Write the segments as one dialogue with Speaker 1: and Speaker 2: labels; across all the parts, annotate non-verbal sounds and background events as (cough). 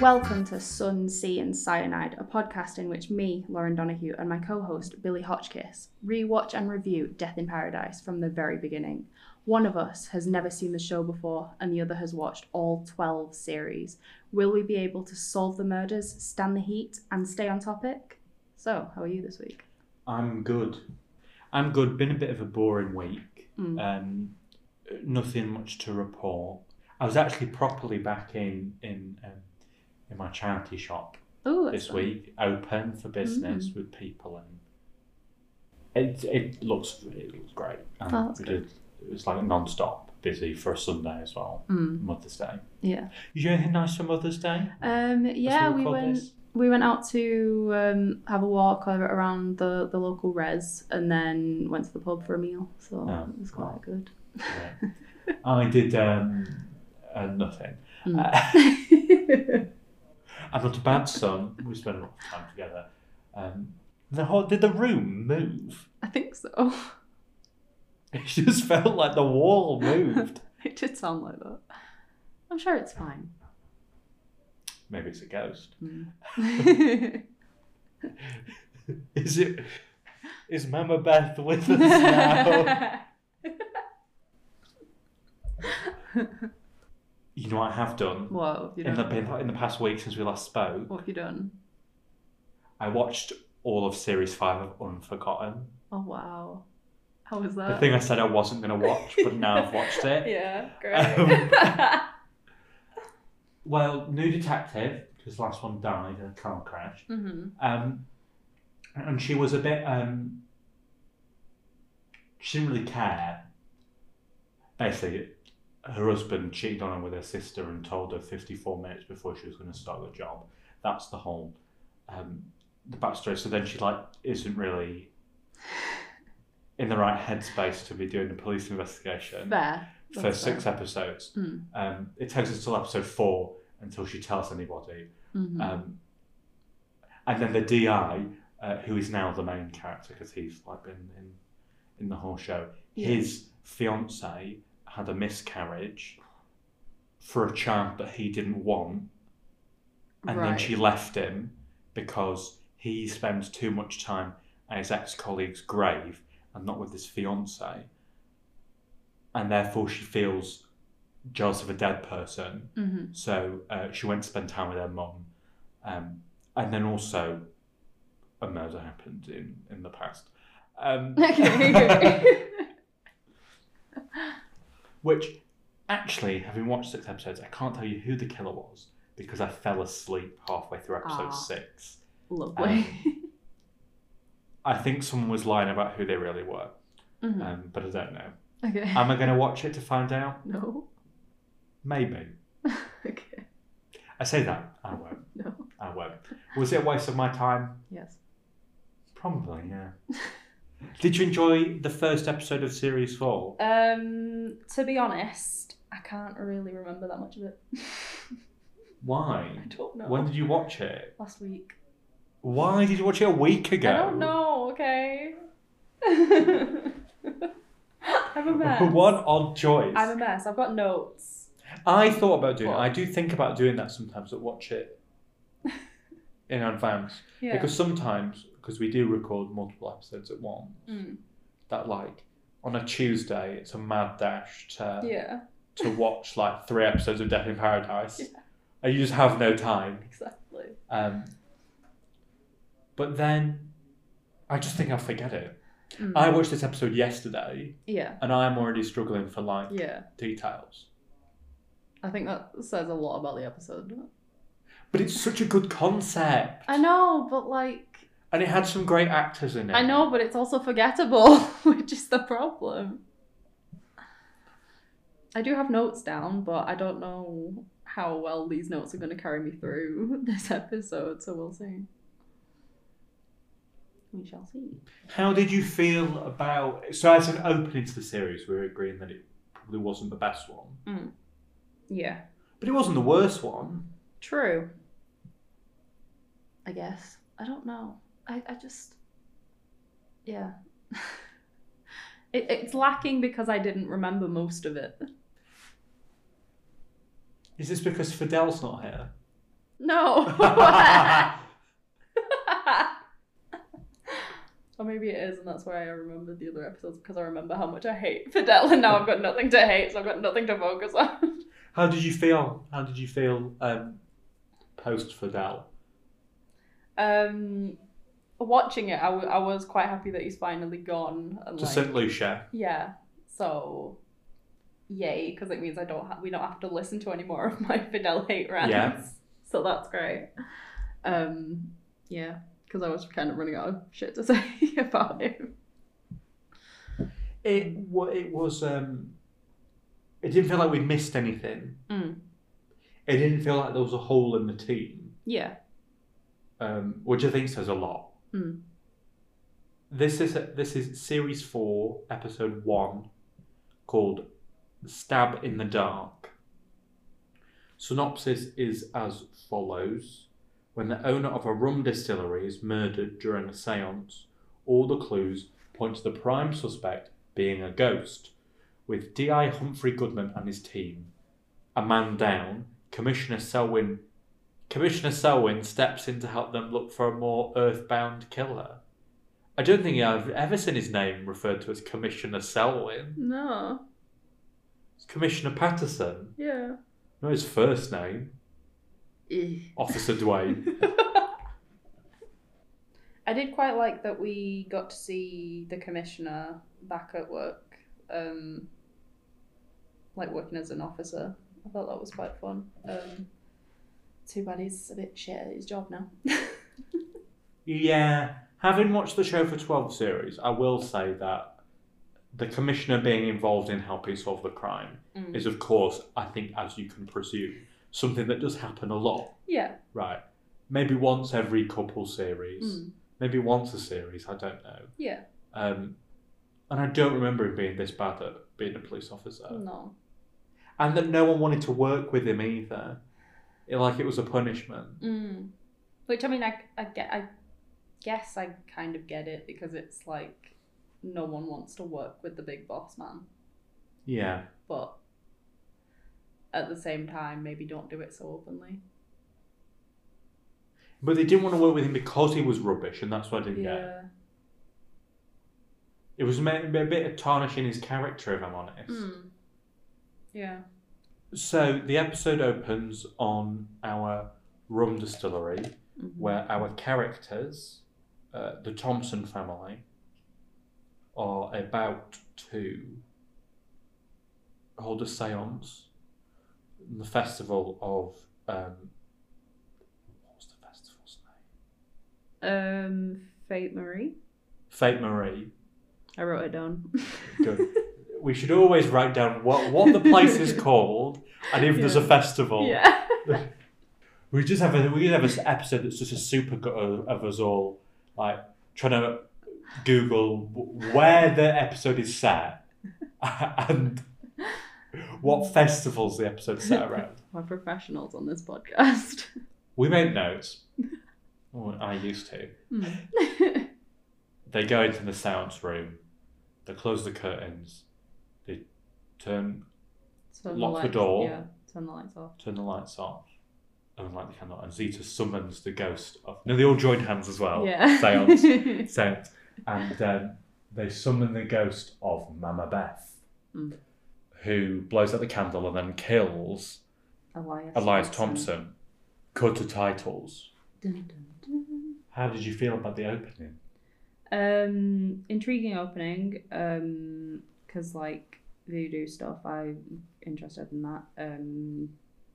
Speaker 1: Welcome to Sun, Sea and Cyanide, a podcast in which me, Lauren Donahue, and my co-host Billy Hotchkiss rewatch and review Death in Paradise from the very beginning. One of us has never seen the show before and the other has watched all 12 series. Will we be able to solve the murders, stand the heat and stay on topic? So, how are you this week?
Speaker 2: I'm good. I'm good. Been a bit of a boring week.
Speaker 1: Mm.
Speaker 2: Um, nothing much to report. I was actually properly back in in um, in my charity shop
Speaker 1: Oh,
Speaker 2: this week, open for business
Speaker 1: Mm.
Speaker 2: with people, and it it looks it looks great. And
Speaker 1: Oh, that's
Speaker 2: we
Speaker 1: good.
Speaker 2: did- It was like non-stop busy for a Sunday as well.
Speaker 1: Mm,
Speaker 2: Mother's Day.
Speaker 1: yeah.
Speaker 2: You do anything nice for Mother's Day?
Speaker 1: Um, yeah,
Speaker 2: what we
Speaker 1: we
Speaker 2: call
Speaker 1: went (laughs)
Speaker 2: this.
Speaker 1: we went out to um, have a walk over- around the, the local res and then went to the pub for a meal. So
Speaker 2: Oh,
Speaker 1: it was quite
Speaker 2: well.
Speaker 1: good. (laughs)
Speaker 2: Yeah. I did um, uh, nothing.
Speaker 1: Mm.
Speaker 2: Uh, I'm not a bad son. We spent a lot of time together. Um, the whole, did the room move? (laughs)
Speaker 1: I think so. (laughs)
Speaker 2: It just felt like the wall moved.
Speaker 1: It did sound like that. I'm sure it's fine.
Speaker 2: (laughs)
Speaker 1: (laughs)
Speaker 2: Maybe it's a ghost.
Speaker 1: Mm.
Speaker 2: Is it? Is Mama Beth with us now? (laughs) you know what I have done
Speaker 1: what have you
Speaker 2: in the
Speaker 1: done?
Speaker 2: in the past week since we last spoke.
Speaker 1: What have you done?
Speaker 2: I watched all of series five of Unforgotten.
Speaker 1: Oh wow, how was that?
Speaker 2: The thing I said I wasn't going to watch, but now I've watched
Speaker 1: (laughs)
Speaker 2: it.
Speaker 1: Yeah, great. (laughs)
Speaker 2: Um, Well, New Detective because the last one died in a car crash.
Speaker 1: hmm
Speaker 2: Um, and she was a bit. Um, she didn't really care. Basically, her husband cheated on her with her sister and told her 54 minutes before she was going to start the job. That's the whole um, the backstory. So then she like isn't really in the right headspace to be doing a police investigation
Speaker 1: Fair.
Speaker 2: for
Speaker 1: That's
Speaker 2: six episodes.
Speaker 1: Mm.
Speaker 2: Um, it takes us till episode four until she tells anybody.
Speaker 1: fair. Mhm.
Speaker 2: Um, and then the DI, uh, who is now the main character because he's like been in in the whole show.
Speaker 1: Yeah.
Speaker 2: His fiance had a miscarriage for a child that he didn't want, and then
Speaker 1: Right.
Speaker 2: she left him because he spends too much time at his ex colleague's grave and not with his fiance, and therefore she feels jealous of a dead person.
Speaker 1: Mhm.
Speaker 2: So uh, she went to spend time with her mum. Um, and then also, a murder happened in, in the past. Um,
Speaker 1: (laughs) Okay.
Speaker 2: (laughs) which, actually, having watched six episodes, I can't tell you who the killer was because I fell asleep halfway through episode
Speaker 1: Ah.
Speaker 2: six.
Speaker 1: (laughs) (laughs)
Speaker 2: Um,
Speaker 1: Lovely.
Speaker 2: I think someone was lying about who they really were,
Speaker 1: Mhm.
Speaker 2: um, but I don't know.
Speaker 1: okay.
Speaker 2: Am I going to watch it to find out?
Speaker 1: no. (laughs)
Speaker 2: Maybe.
Speaker 1: okay.
Speaker 2: I say that. I won't.
Speaker 1: No.
Speaker 2: I won't. Was it a waste of my time?
Speaker 1: Yes.
Speaker 2: Probably, yeah. (laughs) Did you enjoy the first episode of series four?
Speaker 1: Um. To be honest, I can't really remember that much of it. (laughs)
Speaker 2: Why?
Speaker 1: I don't know.
Speaker 2: When did you watch it?
Speaker 1: Last week.
Speaker 2: Why did you watch it a week ago?
Speaker 1: I don't know. Okay. (laughs) I'm a mess.
Speaker 2: (laughs) What odd choice.
Speaker 1: I'm a mess. I've got notes.
Speaker 2: I thought about doing.
Speaker 1: What?
Speaker 2: I do think about doing that sometimes. That watch
Speaker 1: (laughs)
Speaker 2: it in advance
Speaker 1: Yeah.
Speaker 2: because sometimes because we do record multiple episodes at once.
Speaker 1: Mm.
Speaker 2: That like on a Tuesday, it's a mad dash to
Speaker 1: Yeah.
Speaker 2: to watch like three episodes of Death in
Speaker 1: (laughs)
Speaker 2: Paradise, and you just have no time.
Speaker 1: Exactly.
Speaker 2: Um, but then I just think I'll forget it.
Speaker 1: Mm.
Speaker 2: I watched this episode yesterday
Speaker 1: Yeah.
Speaker 2: and I'm already struggling for like
Speaker 1: Yeah.
Speaker 2: details.
Speaker 1: I think that says a lot about the episode.
Speaker 2: But it's such a good concept.
Speaker 1: I know, but like.
Speaker 2: And it had some great actors in it.
Speaker 1: I know, but it's also forgettable, (laughs) which is the problem. I do have notes down, but I don't know how well these notes are going to carry me through (laughs) this episode, so we'll see. We shall see.
Speaker 2: How did you feel about so as an opening to the series we were agreeing that it probably wasn't the best one.
Speaker 1: Yeah.
Speaker 2: But it wasn't the worst one.
Speaker 1: True. I guess. I don't know. I, I just. Yeah. (laughs) it, it's lacking because I didn't remember most of it. (laughs)
Speaker 2: Is this because Fidel's not here?
Speaker 1: No. (laughs) (laughs) or maybe it is, and that's why I remember the other episodes because I remember how much I hate Fidel, and now I've got nothing to hate, so I've got nothing to focus on. (laughs)
Speaker 2: How did you feel? How did you feel um, post Fidel?
Speaker 1: Um, watching it, I, w- I was quite happy that he's finally gone. And
Speaker 2: To
Speaker 1: like,
Speaker 2: St. Lucia.
Speaker 1: Yeah. So, yay, because it means I don't ha- we don't have to listen to any more of my (laughs) Fidel hate rants.
Speaker 2: Yeah.
Speaker 1: So that's great. Um, yeah, because I was kind of running out of shit to (laughs) say about him.
Speaker 2: It, wa- it was. Um, it didn't feel like we missed anything.
Speaker 1: Mm.
Speaker 2: It didn't feel like there was a hole in the team,
Speaker 1: Yeah.
Speaker 2: um, which I think says a lot.
Speaker 1: Mm.
Speaker 2: This is this is series four, episode one, called "Stab in the Dark." Synopsis is as follows: When the owner of a rum distillery is murdered during a séance, all the clues point to the prime suspect being a ghost, with D.I. Humphrey Goodman and his team a man down, Commissioner Selwyn Commissioner Selwyn steps in to help them look for a more earthbound killer. I don't think I've ever seen his name referred to as Commissioner Selwyn.
Speaker 1: No.
Speaker 2: It's Commissioner Patterson.
Speaker 1: Yeah.
Speaker 2: Not his first name. Officer Dwayne.
Speaker 1: I did quite like that we got to see the commissioner back at work, um, like working as an officer. I thought that was quite fun. Um, too bad he's a bit shit at his job now.
Speaker 2: (laughs)
Speaker 1: (laughs)
Speaker 2: yeah. Having watched the show for 12 series, I will say that the commissioner being involved in helping solve the crime
Speaker 1: Mm.
Speaker 2: is, of course, I think, as you can presume, something that does happen a lot.
Speaker 1: yeah.
Speaker 2: Right. Maybe once every couple series.
Speaker 1: Mm.
Speaker 2: Maybe once a series, I don't know.
Speaker 1: Yeah.
Speaker 2: Um, and I don't remember him being this bad at being a police officer.
Speaker 1: No.
Speaker 2: And that no one wanted to work with him either. It- like it was a punishment.
Speaker 1: Mm. Which I mean, I, I get, I guess I kind of get it because it's like no one wants to work with the big boss man,
Speaker 2: Yeah.
Speaker 1: but at the same time, maybe don't do it so openly.
Speaker 2: But they didn't want to work with him because he was rubbish, and that's what I didn't get. It was ma- a bit of tarnishing his character, if I'm honest.
Speaker 1: Mm. Yeah.
Speaker 2: So the episode opens on our rum distillery. where our characters, uh, the Thompson family, are about to hold a seance in the festival of. Um, what was the festival's name?
Speaker 1: Um, Fate Marie.
Speaker 2: Fate Marie.
Speaker 1: I wrote it down.
Speaker 2: Good. we should always write down what, what the place
Speaker 1: (laughs)
Speaker 2: is called and if there's a
Speaker 1: Yeah. (laughs)
Speaker 2: festival.
Speaker 1: yeah.
Speaker 2: We just have a we could have an episode that's just a super gut of of us all like trying to Google w- where the episode is set (laughs) and what festivals the episode's set around.
Speaker 1: We're professionals on this podcast.
Speaker 2: We make notes. Or I used to. (laughs)
Speaker 1: Mm.
Speaker 2: They go into the seance room. They close the curtains. They turn
Speaker 1: Turn
Speaker 2: Lock the
Speaker 1: lights-
Speaker 2: door.
Speaker 1: Yeah. Turn the lights off.
Speaker 2: turn the lights off. And light the candle. And Zeta summons the ghost of. No, they all join hands as well.
Speaker 1: yeah.
Speaker 2: Oh, Seance. sent, and um, they summon the ghost of Mama Beth,
Speaker 1: Mm.
Speaker 2: who blows out the candle and then kills
Speaker 1: (laughs) Elias.
Speaker 2: Elias Thompson. Cut to titles.
Speaker 1: Dun, dun, dun.
Speaker 2: How did you feel about the opening?
Speaker 1: Um, intriguing opening. Um, because like voodoo stuff, I'm interested in that. Um,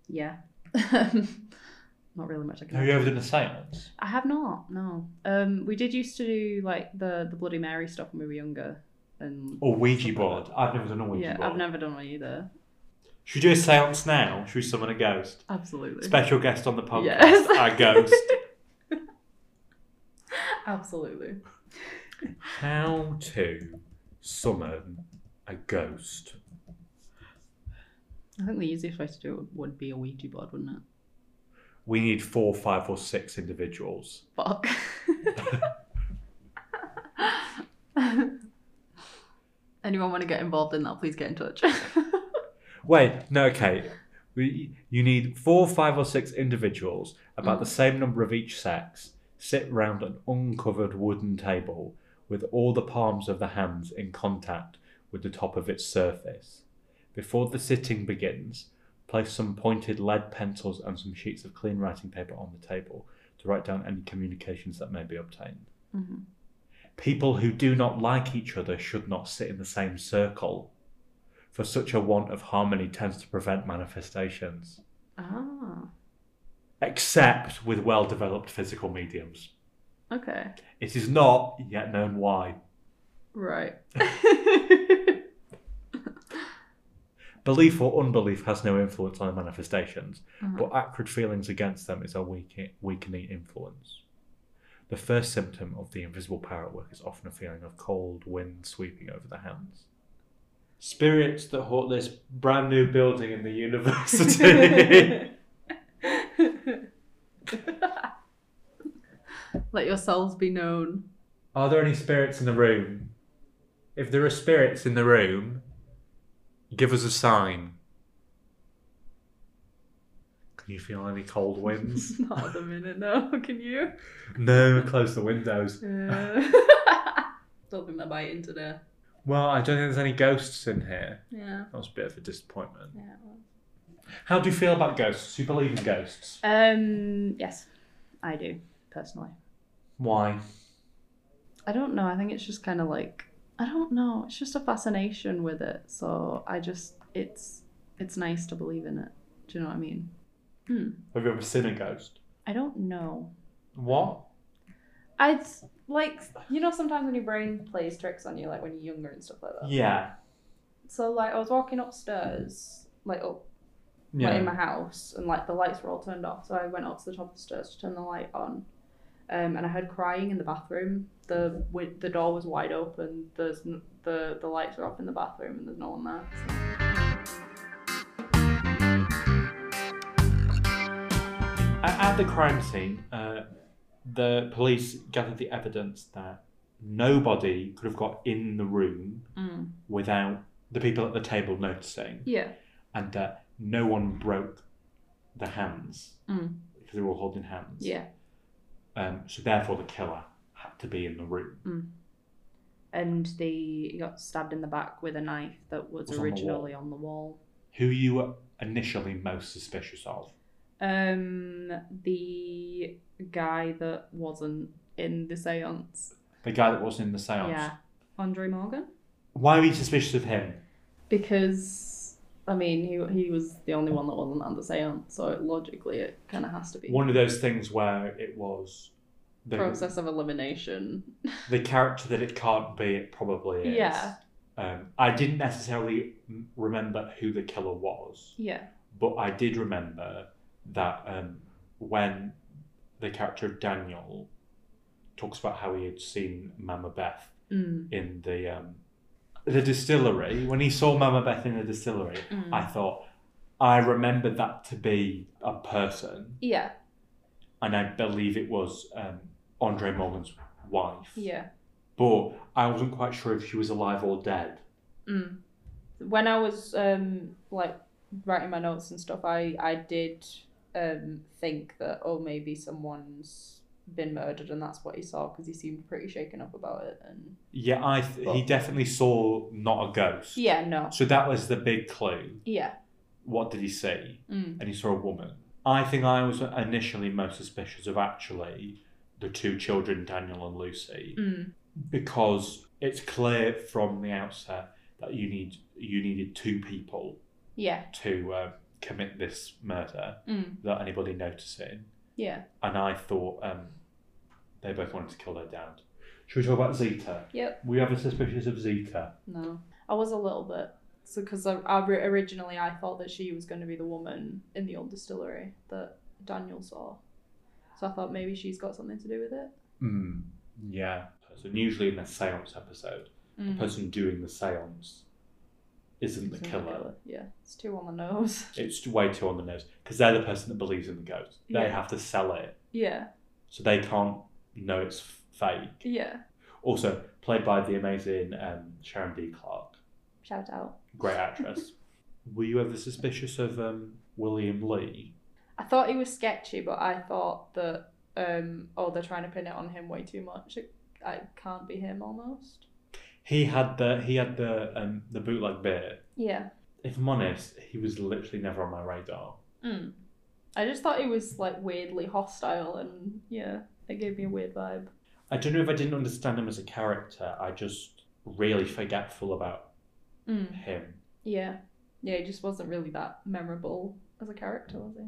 Speaker 1: yeah. (laughs) Not really much I can.
Speaker 2: Have you ever done a seance?
Speaker 1: I have not. No. Um, we did used to do like the the Bloody Mary stuff when we were younger, and
Speaker 2: Or Ouija board? I've never done a Ouija
Speaker 1: yeah,
Speaker 2: board.
Speaker 1: I've never done one either.
Speaker 2: Should we do a seance now? Should we summon a ghost?
Speaker 1: Absolutely.
Speaker 2: Special guest on the podcast,
Speaker 1: Yes.
Speaker 2: our ghost.
Speaker 1: Absolutely.
Speaker 2: How to summon a ghost.
Speaker 1: I think the easiest way to do it would be a Ouija board, wouldn't it?
Speaker 2: We need four, five, or six individuals.
Speaker 1: (laughs) Fuck. Anyone want to get involved in that? Please get in touch.
Speaker 2: Wait, no, okay. We, you need four, five, or six individuals, about the same number of each sex, sit round an uncovered wooden table with all the palms of the hands in contact with the top of its surface. Before the sitting begins, place some pointed lead pencils and some sheets of clean writing paper on the table to write down any communications that may be obtained.
Speaker 1: hmm
Speaker 2: People who do not like each other should not sit in the same circle, for such a want of harmony tends to prevent manifestations,
Speaker 1: Ah,
Speaker 2: except with well developed physical mediums.
Speaker 1: okay.
Speaker 2: It is not yet known why.
Speaker 1: (laughs) Right.
Speaker 2: Belief or unbelief has no influence on the manifestations,
Speaker 1: Mhm.
Speaker 2: but acrid feelings against them is a weak, weakening influence. The first symptom of the invisible power at work is often a feeling of cold wind sweeping over the hands. Spirits that haunt this brand new building in the university.
Speaker 1: (laughs) Let your souls be known.
Speaker 2: Are there any spirits in the room? If there are spirits in the room, give us a sign. Can you feel any cold
Speaker 1: (laughs)
Speaker 2: winds?
Speaker 1: Not at the minute, no. (laughs) Can you?
Speaker 2: no, close the windows.
Speaker 1: Uh, don't think they're biting today.
Speaker 2: Well, I don't think there's any ghosts in here.
Speaker 1: Yeah.
Speaker 2: That was a bit of a disappointment.
Speaker 1: Yeah.
Speaker 2: How do you feel about ghosts? Do you believe in ghosts?
Speaker 1: Um. Yes, I do personally.
Speaker 2: Why?
Speaker 1: I don't know. I think it's just kind of like I don't know. It's just a fascination with it. So I just it's it's nice to believe in it. Do you know what I mean? Hmm.
Speaker 2: Have you ever seen a ghost?
Speaker 1: I don't know.
Speaker 2: What?
Speaker 1: I'd s- like you know sometimes when your brain plays tricks on you, like when you're younger and stuff like that.
Speaker 2: Yeah.
Speaker 1: So like I was walking upstairs, like up
Speaker 2: Yeah.
Speaker 1: like in my house, and like the lights were all turned off. So I went up to the top of the stairs to turn the light on, um, and I heard crying in the bathroom. the wi- The door was wide open. There's n- the the lights were off in the bathroom, and there's no one there.
Speaker 2: A- At the crime scene, uh, the police gathered the evidence that nobody could have got in the room
Speaker 1: Mm.
Speaker 2: without the people at the table noticing,
Speaker 1: Yeah.
Speaker 2: and that no one broke the hands
Speaker 1: Mm.
Speaker 2: because they were all holding hands.
Speaker 1: Yeah.
Speaker 2: Um, so therefore, the killer had to be in the room.
Speaker 1: And they got stabbed in the back with a knife that was,
Speaker 2: Was on the
Speaker 1: originally on the wall.
Speaker 2: Who you were initially most suspicious of?
Speaker 1: Um, the guy that wasn't in the séance.
Speaker 2: The guy that was in the seance.
Speaker 1: Yeah, Andre Morgan.
Speaker 2: Why were you suspicious of him?
Speaker 1: because I mean he he was the only one that wasn't at the seance, so logically it kind of has to be
Speaker 2: One of those things where it was the,
Speaker 1: process of elimination.
Speaker 2: the character that it can't be, it probably is.
Speaker 1: Yeah.
Speaker 2: Um, I didn't necessarily m- remember who the killer was,
Speaker 1: Yeah.
Speaker 2: but I did remember that um, when the character of Daniel talks about how he had seen Mama Beth
Speaker 1: Mm.
Speaker 2: in the um, the distillery, when he saw Mama Beth in the distillery,
Speaker 1: Mm.
Speaker 2: I thought, I remember that to be a person,
Speaker 1: yeah.
Speaker 2: and I believe it was um, Andre Morgan's wife.
Speaker 1: Yeah.
Speaker 2: But I wasn't quite sure if she was alive or dead.
Speaker 1: Mm. When I was um like writing my notes and stuff, I I did um think that oh maybe someone's been murdered and that's what he saw because he seemed pretty shaken up about it and
Speaker 2: Yeah, I th- he
Speaker 1: Well-
Speaker 2: definitely saw not a ghost.
Speaker 1: yeah no
Speaker 2: So that was the big clue.
Speaker 1: yeah
Speaker 2: What did he see?
Speaker 1: mm.
Speaker 2: And he saw a woman. I think I was initially most suspicious of actually the two children, Daniel and Lucy,
Speaker 1: Mm.
Speaker 2: because it's clear from the outset that you need you needed two people
Speaker 1: yeah
Speaker 2: to uh, commit this murder
Speaker 1: mm.
Speaker 2: without anybody noticing.
Speaker 1: yeah
Speaker 2: And I thought um, they both wanted to kill their dad. Should we talk about Zeta?
Speaker 1: Yep.
Speaker 2: We have a suspicious of Zeta.
Speaker 1: No, I was a little bit. So, because I, I ri- originally I thought that she was going to be the woman in the old distillery that Daniel saw. So I thought maybe she's got something to do with it.
Speaker 2: Mm, yeah. So usually in the seance episode, the person doing the seance Mm. isn't the
Speaker 1: Mm. Something
Speaker 2: killer.
Speaker 1: Yeah, it's too on the nose.
Speaker 2: It's way too on the nose because they're the person that believes in the ghost. They
Speaker 1: Yeah.
Speaker 2: have to sell it,
Speaker 1: (laughs) Yeah,
Speaker 2: so they can't know it's fake.
Speaker 1: yeah.
Speaker 2: Also, played by the amazing um, Sharon D. Clark,
Speaker 1: Shout out.
Speaker 2: great actress. (laughs) Were you ever suspicious of um, William Lee?
Speaker 1: I thought he was sketchy, but I thought that um, oh, they're trying to pin it on him way too much. It, it can't be him almost.
Speaker 2: He had the he had the um, the bootleg bit.
Speaker 1: Yeah.
Speaker 2: If I'm honest, he was literally never on my radar.
Speaker 1: Mm. I just thought he was like weirdly hostile, and yeah, it gave me a weird vibe.
Speaker 2: I don't know if I didn't understand him as a character. I just really forgetful about
Speaker 1: Mm.
Speaker 2: him,
Speaker 1: Yeah. Yeah, he just wasn't really that memorable as a character, was he?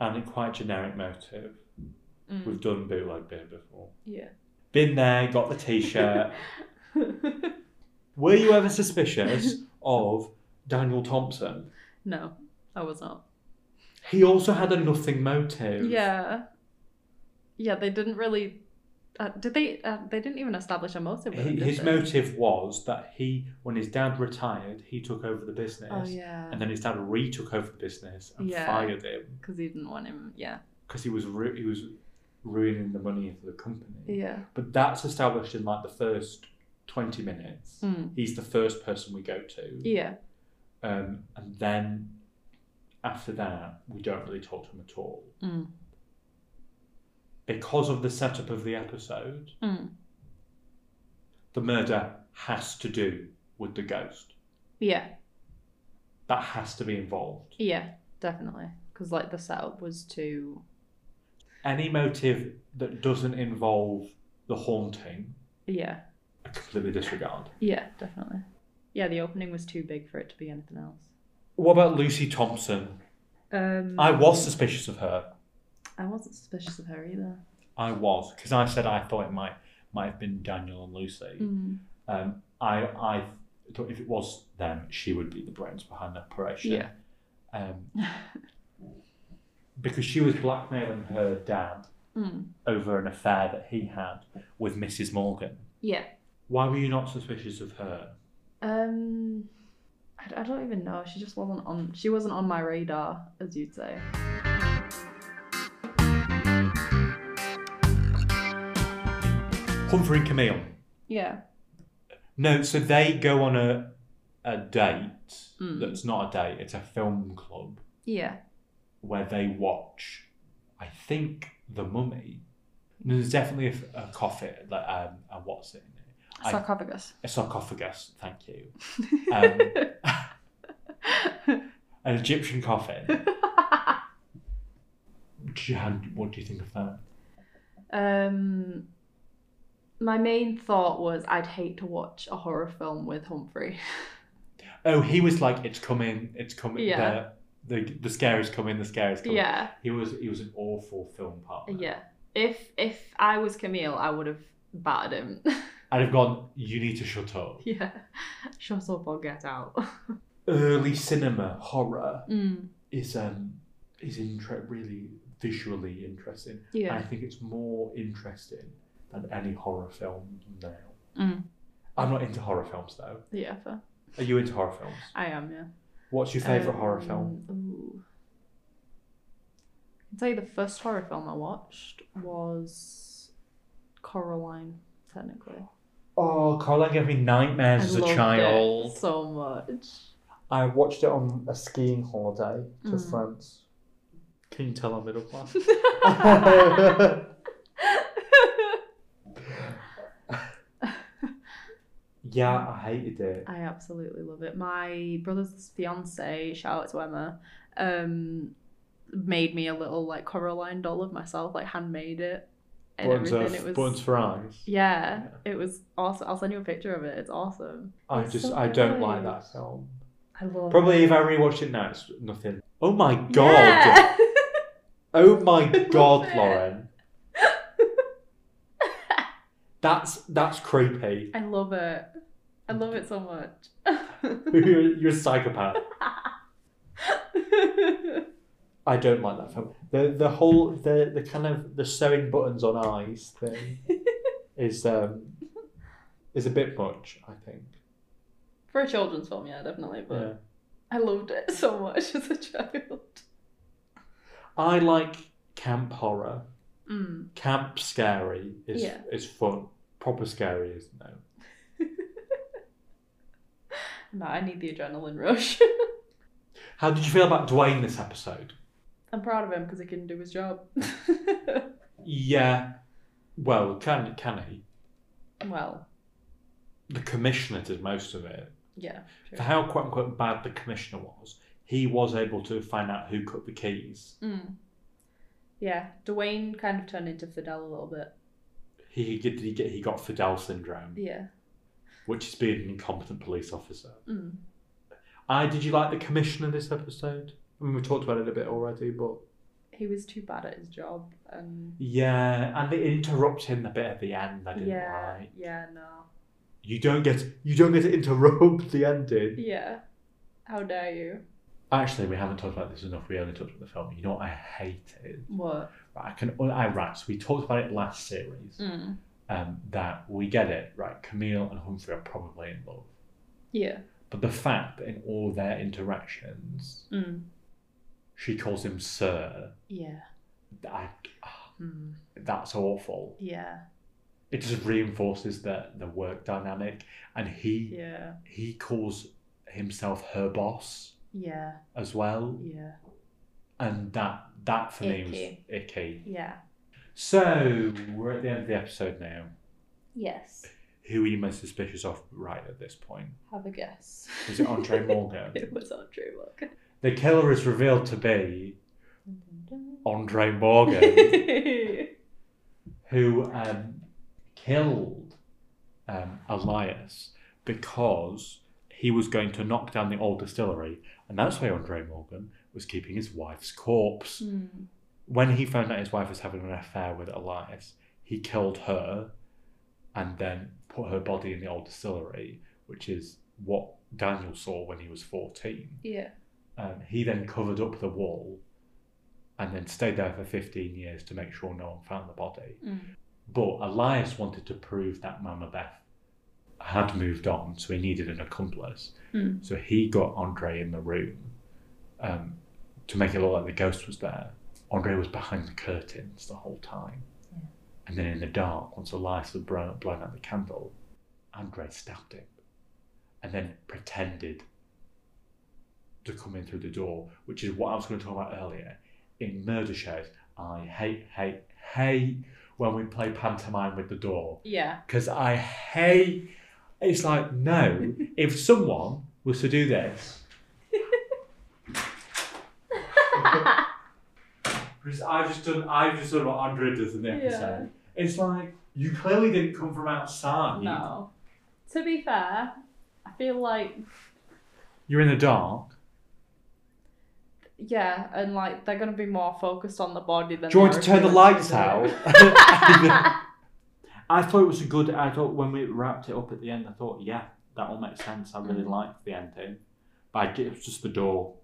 Speaker 2: and it quite generic motive.
Speaker 1: Hmm.
Speaker 2: We've done bootleg beer before.
Speaker 1: Mm. Yeah.
Speaker 2: Been there, got the t-shirt.
Speaker 1: (laughs)
Speaker 2: Were you ever suspicious of Daniel Thompson?
Speaker 1: no, I was not.
Speaker 2: He also had a nothing motive.
Speaker 1: Yeah. Yeah, they didn't really. Uh, did they? Uh, they didn't even establish a motive. With him,
Speaker 2: He-
Speaker 1: did
Speaker 2: His
Speaker 1: they?
Speaker 2: motive was that he, when his dad retired, he took over the business.
Speaker 1: Oh yeah,
Speaker 2: And then his dad re took over the business and
Speaker 1: Yeah.
Speaker 2: fired him
Speaker 1: because he didn't want him. Yeah.
Speaker 2: because he was ru- he was ruining the money for the company.
Speaker 1: Yeah.
Speaker 2: But that's established in like the first twenty minutes.
Speaker 1: Mm.
Speaker 2: He's the first person we go to.
Speaker 1: Yeah.
Speaker 2: Um, and then after that, we don't really talk to him at all.
Speaker 1: Mm.
Speaker 2: Because of the setup of the episode,
Speaker 1: Mm.
Speaker 2: the murder has to do with the ghost.
Speaker 1: Yeah.
Speaker 2: That has to be involved.
Speaker 1: Yeah. Definitely, because like the setup was to.
Speaker 2: Any motive that doesn't involve the haunting,
Speaker 1: Yeah.
Speaker 2: I completely disregard.
Speaker 1: Yeah. Definitely. Yeah, the opening was too big for it to be anything else.
Speaker 2: What about Lucy Thompson?
Speaker 1: Um,
Speaker 2: I was suspicious of her.
Speaker 1: I wasn't suspicious of her either.
Speaker 2: I was because I said I thought it might might have been Daniel and Lucy.
Speaker 1: Mm.
Speaker 2: Um, I I thought if it was them, she would be the brains behind the operation.
Speaker 1: Yeah.
Speaker 2: Um, because she was blackmailing her dad
Speaker 1: Mm.
Speaker 2: over an affair that he had with Mrs. Morgan.
Speaker 1: Yeah.
Speaker 2: Why were you not suspicious of her?
Speaker 1: Um, I, I don't even know. She just wasn't on. She wasn't on my radar, as you'd say.
Speaker 2: Humphrey and Camille.
Speaker 1: Yeah.
Speaker 2: No, so they go on a a date
Speaker 1: Mm.
Speaker 2: that's not a date, it's a film club
Speaker 1: Yeah.
Speaker 2: where they watch, I think, The Mummy. No, There's definitely a, f- a coffin, like, um, a what's it in it? I-
Speaker 1: Sarcophagus.
Speaker 2: a sarcophagus, thank you.
Speaker 1: (laughs)
Speaker 2: Um, an Egyptian coffin. Jan, what do you think of that?
Speaker 1: um, my main thought was I'd hate to watch a horror film with Humphrey.
Speaker 2: Oh, he was like, "It's coming, it's coming."
Speaker 1: Yeah.
Speaker 2: The, the the scare is coming. The scare is coming.
Speaker 1: yeah.
Speaker 2: He was he was an awful film partner.
Speaker 1: Yeah. If if I was Camille, I would have battered him. (laughs)
Speaker 2: I'd have gone. You need to shut up.
Speaker 1: yeah. Shut up or get out.
Speaker 2: Early cinema horror
Speaker 1: (laughs) Mm.
Speaker 2: is um is intre- really visually interesting.
Speaker 1: Yeah.
Speaker 2: I think it's more interesting than any horror film now.
Speaker 1: Mm.
Speaker 2: I'm not into horror films though.
Speaker 1: Yeah. Fair.
Speaker 2: Are you into horror films?
Speaker 1: I am. Yeah.
Speaker 2: What's your favourite
Speaker 1: Um,
Speaker 2: horror film?
Speaker 1: Ooh. I'd say the first horror film I watched was Coraline, technically.
Speaker 2: Oh, Caroline gave me nightmares
Speaker 1: I
Speaker 2: as a
Speaker 1: loved it
Speaker 2: child.
Speaker 1: so much.
Speaker 2: I watched it on a skiing holiday to
Speaker 1: Mm.
Speaker 2: France. Can you tell I'm
Speaker 1: (laughs)
Speaker 2: middle class? (laughs) yeah, I hated it.
Speaker 1: I absolutely love it. My brother's fiance, shout out to Emma, um, made me a little like Coraline doll of myself, like handmade it and
Speaker 2: Buttons,
Speaker 1: everything. it
Speaker 2: of-
Speaker 1: was
Speaker 2: buttons for eyes.
Speaker 1: yeah, it was awesome. I'll send you a picture of it. It's awesome.
Speaker 2: I
Speaker 1: It's
Speaker 2: just
Speaker 1: so
Speaker 2: I don't like
Speaker 1: good.
Speaker 2: that film.
Speaker 1: I love.
Speaker 2: Probably if I rewatched it now, it's nothing. Oh my
Speaker 1: it.
Speaker 2: god! (laughs)
Speaker 1: Yeah. (laughs)
Speaker 2: Oh my
Speaker 1: love
Speaker 2: god,
Speaker 1: it. (laughs)
Speaker 2: Lauren. that's that's creepy. (laughs)
Speaker 1: I love it. I love it so much.
Speaker 2: you're, you're a psychopath. I don't like that film. The the whole the the kind of the sewing buttons on eyes
Speaker 1: (laughs)
Speaker 2: thing is um is a bit much, I think.
Speaker 1: For a children's film, yeah, definitely. But
Speaker 2: Yeah.
Speaker 1: I loved it so much as a child.
Speaker 2: I like camp horror.
Speaker 1: Mm.
Speaker 2: Camp scary is
Speaker 1: Yeah.
Speaker 2: is fun. Proper scary is no.
Speaker 1: No, I need the adrenaline rush.
Speaker 2: How did you feel about Dwayne this episode?
Speaker 1: I'm proud of him because he can do his job. (laughs)
Speaker 2: Yeah. Well, can can he?
Speaker 1: well,
Speaker 2: The commissioner did most of it.
Speaker 1: yeah.
Speaker 2: For how quote unquote bad the commissioner was, he was able to find out who cut the keys.
Speaker 1: Mm. Yeah, Dwayne kind of turned into Fidel a little bit.
Speaker 2: He did he get he got Fidel syndrome,
Speaker 1: Yeah.
Speaker 2: which is being an incompetent police officer.
Speaker 1: Mm.
Speaker 2: I did you like the commissioner this episode? I mean, we talked about it a bit already, but
Speaker 1: He was too bad at his job, and
Speaker 2: yeah, and they interrupt him a bit at the end. I didn't
Speaker 1: yeah,
Speaker 2: like.
Speaker 1: yeah, no,
Speaker 2: You don't get you don't get to interrupt the ending.
Speaker 1: yeah. How dare you?
Speaker 2: Actually, we haven't talked about this enough. We only talked about the film. You know what I hated?
Speaker 1: What?
Speaker 2: Right, I can. I right. So we talked about it last series.
Speaker 1: Mm.
Speaker 2: Um, that we get it right. Camille and Humphrey are probably in love,
Speaker 1: Yeah.
Speaker 2: but the fact that in all their interactions,
Speaker 1: Mm.
Speaker 2: she calls him Sir.
Speaker 1: Yeah.
Speaker 2: I,
Speaker 1: Mm.
Speaker 2: that's awful.
Speaker 1: Yeah.
Speaker 2: It just reinforces the the work dynamic, and he
Speaker 1: Yeah.
Speaker 2: he calls himself her boss
Speaker 1: Yeah.
Speaker 2: as well,
Speaker 1: Yeah.
Speaker 2: and that that for me
Speaker 1: Icky.
Speaker 2: was icky.
Speaker 1: Yeah.
Speaker 2: So we're at the end of the episode now.
Speaker 1: Yes.
Speaker 2: Who are you most suspicious of right at this point?
Speaker 1: Have a guess.
Speaker 2: Is it
Speaker 1: (laughs)
Speaker 2: Andre Morgan? (laughs)
Speaker 1: it was Andre Morgan.
Speaker 2: The killer is revealed to be Andre Morgan,
Speaker 1: (laughs)
Speaker 2: who um, killed um, Elias because he was going to knock down the old distillery, and that's why Andre Morgan was keeping his wife's corpse.
Speaker 1: Mm.
Speaker 2: When he found out his wife was having an affair with Elias, he killed her and then put her body in the old distillery, which is what Daniel saw when he was 14.
Speaker 1: Yeah.
Speaker 2: Um, he then covered up the wall and then stayed there for 15 years to make sure no one found the body.
Speaker 1: Mm.
Speaker 2: But Elias wanted to prove that Mama Beth had moved on, so he needed an accomplice.
Speaker 1: Mm.
Speaker 2: So he got Andre in the room um, to make it look like the ghost was there. Andre was behind the curtains the whole time.
Speaker 1: Yeah.
Speaker 2: And then in the dark, once Elias had blown, blown out the candle, Andre stabbed him and then pretended to come in through the door, which is what I was going to talk about earlier. In murder shows, I hate, hate, hate when we play pantomime with the door (laughs)
Speaker 1: Yeah.
Speaker 2: because I hate. It's
Speaker 1: (laughs)
Speaker 2: like no, if someone was to do this, because I've just done, I've just done what Andre does in the episode. It's like you clearly didn't come from outside.
Speaker 1: No. To be fair, I feel like
Speaker 2: You're in the dark.
Speaker 1: yeah, and like they're gonna be more focused on the body than.
Speaker 2: Do you want
Speaker 1: they
Speaker 2: to
Speaker 1: are
Speaker 2: turn the
Speaker 1: if
Speaker 2: lights
Speaker 1: they
Speaker 2: out?
Speaker 1: were (laughs)
Speaker 2: (laughs) I thought it was a good. I thought when we wrapped it up at the end, I thought, yeah, that all makes sense. I really
Speaker 1: Mhm.
Speaker 2: liked the ending, but I get it was just the door.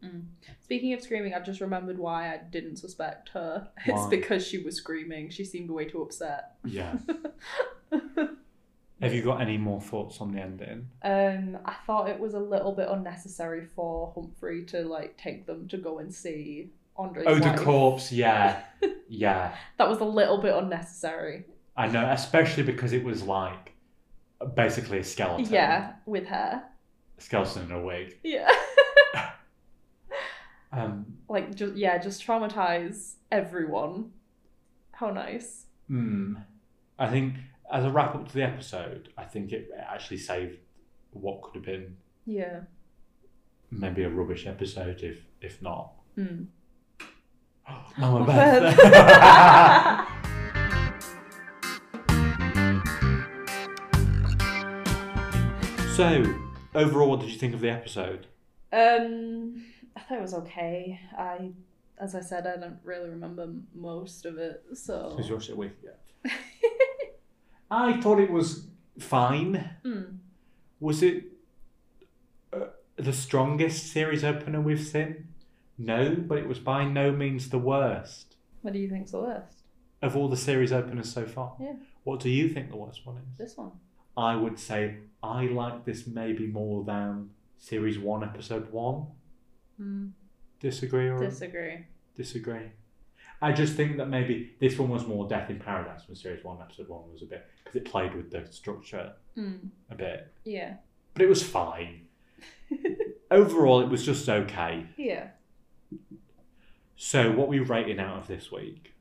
Speaker 1: Speaking of screaming, I've just remembered why I didn't suspect her. (laughs) It's
Speaker 2: Why?
Speaker 1: because she was screaming. She seemed way too upset.
Speaker 2: Yeah.
Speaker 1: (laughs)
Speaker 2: Have you got any more thoughts on the ending?
Speaker 1: Um, I thought it was a little bit unnecessary for Humphrey to like take them to go and see Andre's
Speaker 2: oh,
Speaker 1: wife.
Speaker 2: the corpse. Yeah, yeah.
Speaker 1: That was a little bit unnecessary.
Speaker 2: I know, especially because it was like basically a skeleton.
Speaker 1: Yeah, with her.
Speaker 2: A skeleton in a wig.
Speaker 1: Yeah. (laughs)
Speaker 2: Um.
Speaker 1: like just yeah, just traumatize everyone. How nice.
Speaker 2: Hmm. I think as a wrap up to the episode, I think it actually saved what could have been
Speaker 1: Yeah.
Speaker 2: maybe a rubbish episode, if if not.
Speaker 1: Mm. (laughs)
Speaker 2: (gasps) Mama Beth.
Speaker 1: Beth.
Speaker 2: (laughs) so, overall, what did you think of the episode?
Speaker 1: (laughs) Um, I thought it was okay. I, as I said, I don't really remember most of it, so. (laughs)
Speaker 2: Because you watched it a week ago. I thought it was fine.
Speaker 1: Mm.
Speaker 2: Was it uh, the strongest series opener we've seen? No, but it was by no means the worst
Speaker 1: What do you think's the worst?
Speaker 2: of all the series openers so far.
Speaker 1: Yeah.
Speaker 2: What do you think the worst one is?
Speaker 1: This one.
Speaker 2: I would say I like this maybe more than series one, episode one.
Speaker 1: Mm.
Speaker 2: Disagree or
Speaker 1: Disagree.
Speaker 2: disagree? I just think that maybe this one was more Death in Paradise when series one, episode one was a bit because it played with the structure
Speaker 1: Mm.
Speaker 2: a bit,
Speaker 1: Yeah.
Speaker 2: (laughs) but it was fine. overall, it was just okay.
Speaker 1: Yeah.
Speaker 2: So, what were you rating out of this week?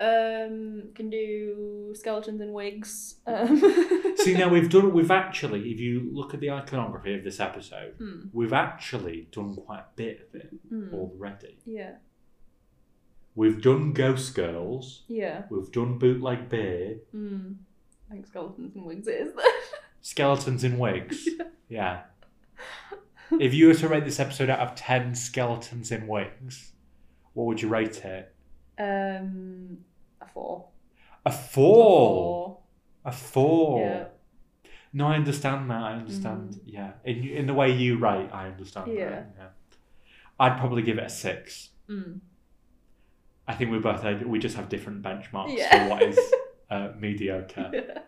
Speaker 1: Um, can do skeletons and wigs. Um. (laughs)
Speaker 2: See, now we've done, we've actually, if you look at the iconography of this episode,
Speaker 1: Hmm.
Speaker 2: we've actually done quite a bit of it
Speaker 1: Hmm.
Speaker 2: already.
Speaker 1: Yeah.
Speaker 2: We've done Ghost Girls,
Speaker 1: Yeah.
Speaker 2: we've done Bootleg Beer,
Speaker 1: Mm. I think skeletons and wigs it is. (laughs)
Speaker 2: Skeletons in (laughs) Wigs. yeah. If you were to rate this episode out of 10 skeletons in wigs, what would you rate it?
Speaker 1: um, a four.
Speaker 2: A
Speaker 1: A
Speaker 2: four!
Speaker 1: four.
Speaker 2: A four!
Speaker 1: Yeah. Mm.
Speaker 2: No, I understand that. I understand. Yeah. In, in the way you write, I understand
Speaker 1: Yeah.
Speaker 2: that. Yeah. I'd probably give it a six.
Speaker 1: Mm.
Speaker 2: I think we both have, we just have different benchmarks
Speaker 1: Yeah.
Speaker 2: for
Speaker 1: (laughs)
Speaker 2: what is uh, mediocre.
Speaker 1: Yeah.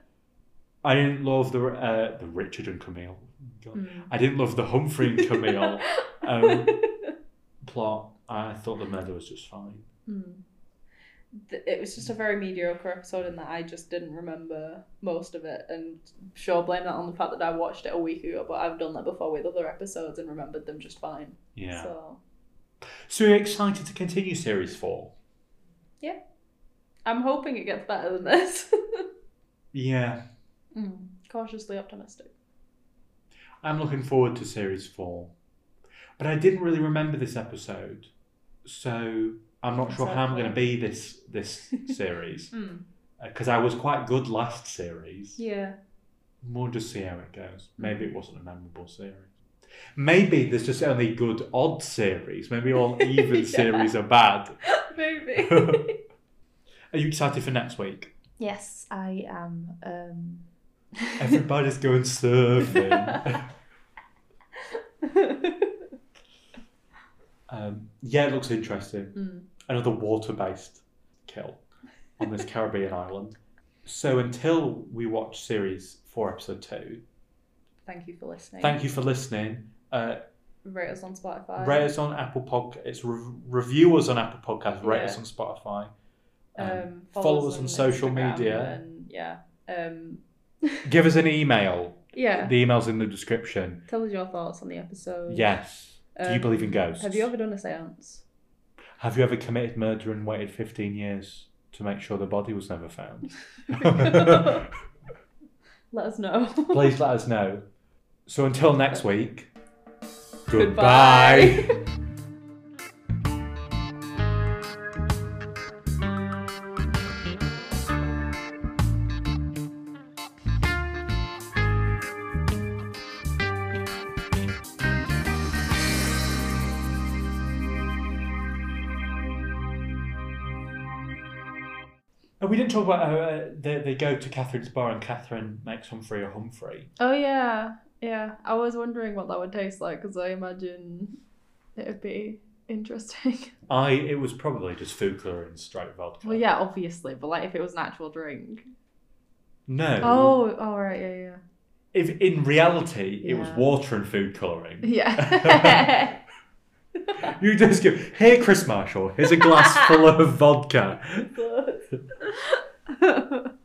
Speaker 2: I didn't love the uh, the Richard and Camille. God.
Speaker 1: Mm.
Speaker 2: I didn't love the Humphrey
Speaker 1: (laughs)
Speaker 2: and Camille um, plot. I thought the murder was just fine.
Speaker 1: Mm. Th- It was just a very mediocre episode in that I just didn't remember most of it, and sure, blame that on the fact that I watched it a week ago. But I've done that before with other episodes and remembered them just fine.
Speaker 2: Yeah. So,
Speaker 1: So
Speaker 2: you're excited to continue series four?
Speaker 1: I'm hoping it gets better than this. (laughs)
Speaker 2: Yeah.
Speaker 1: mm. Cautiously optimistic.
Speaker 2: I'm looking forward to series four. But I didn't really remember this episode. So I'm not sure how I'm
Speaker 1: Exactly.
Speaker 2: going to be this
Speaker 1: (laughs)
Speaker 2: this series.
Speaker 1: Mm.
Speaker 2: Because I was quite good last series.
Speaker 1: Yeah. (laughs)
Speaker 2: We'll just see how it goes. Maybe it wasn't a memorable series. Maybe there's just only good odd series. Maybe
Speaker 1: (laughs)
Speaker 2: all even
Speaker 1: Yeah.
Speaker 2: series are bad. (laughs)
Speaker 1: Maybe.
Speaker 2: are you excited for
Speaker 1: (laughs)
Speaker 2: next week?
Speaker 1: yes, I am. Um... (laughs)
Speaker 2: Everybody's going surfing. um, yeah, it looks interesting.
Speaker 1: Mm.
Speaker 2: Another water based kill on this Caribbean (laughs) island. So until we watch series four, episode two,
Speaker 1: Thank you for listening.
Speaker 2: thank you for listening. Uh,
Speaker 1: Rate us on Spotify.
Speaker 2: Rate us on Apple Podcast. It's re- review us on Apple Podcast. Rate
Speaker 1: Yeah.
Speaker 2: us on Spotify. Um,
Speaker 1: um, follow, us on,
Speaker 2: social
Speaker 1: Instagram
Speaker 2: media.
Speaker 1: And yeah. Um,
Speaker 2: give us an email.
Speaker 1: yeah.
Speaker 2: The email's in the description.
Speaker 1: Tell us your thoughts on the episode.
Speaker 2: Yes. Do you
Speaker 1: Um,
Speaker 2: believe in ghosts?
Speaker 1: Have you ever done a
Speaker 2: (laughs)
Speaker 1: seance?
Speaker 2: Have you ever committed murder and waited 15 years to make sure the body was
Speaker 1: (laughs)
Speaker 2: never found? (laughs)
Speaker 1: Let us know.
Speaker 2: (laughs) Please let us know. So until next week,
Speaker 1: Goodbye.
Speaker 2: goodbye. Oh, we didn't talk about how uh, they, they go to Catherine's bar and Catherine makes Humphrey a Humphrey.
Speaker 1: Oh yeah, yeah. I was wondering what that would taste like because I imagine it would be interesting. (laughs)
Speaker 2: I it was probably just food coloring straight vodka.
Speaker 1: well, yeah, obviously, but like if it was an actual drink.
Speaker 2: No.
Speaker 1: Oh, all right, yeah,
Speaker 2: If in reality it was
Speaker 1: Yeah.
Speaker 2: water and food coloring,
Speaker 1: yeah,
Speaker 2: (laughs) you just go
Speaker 1: (laughs)
Speaker 2: here, Chris Marshall. Here's a glass full of vodka.
Speaker 1: yeah. (laughs)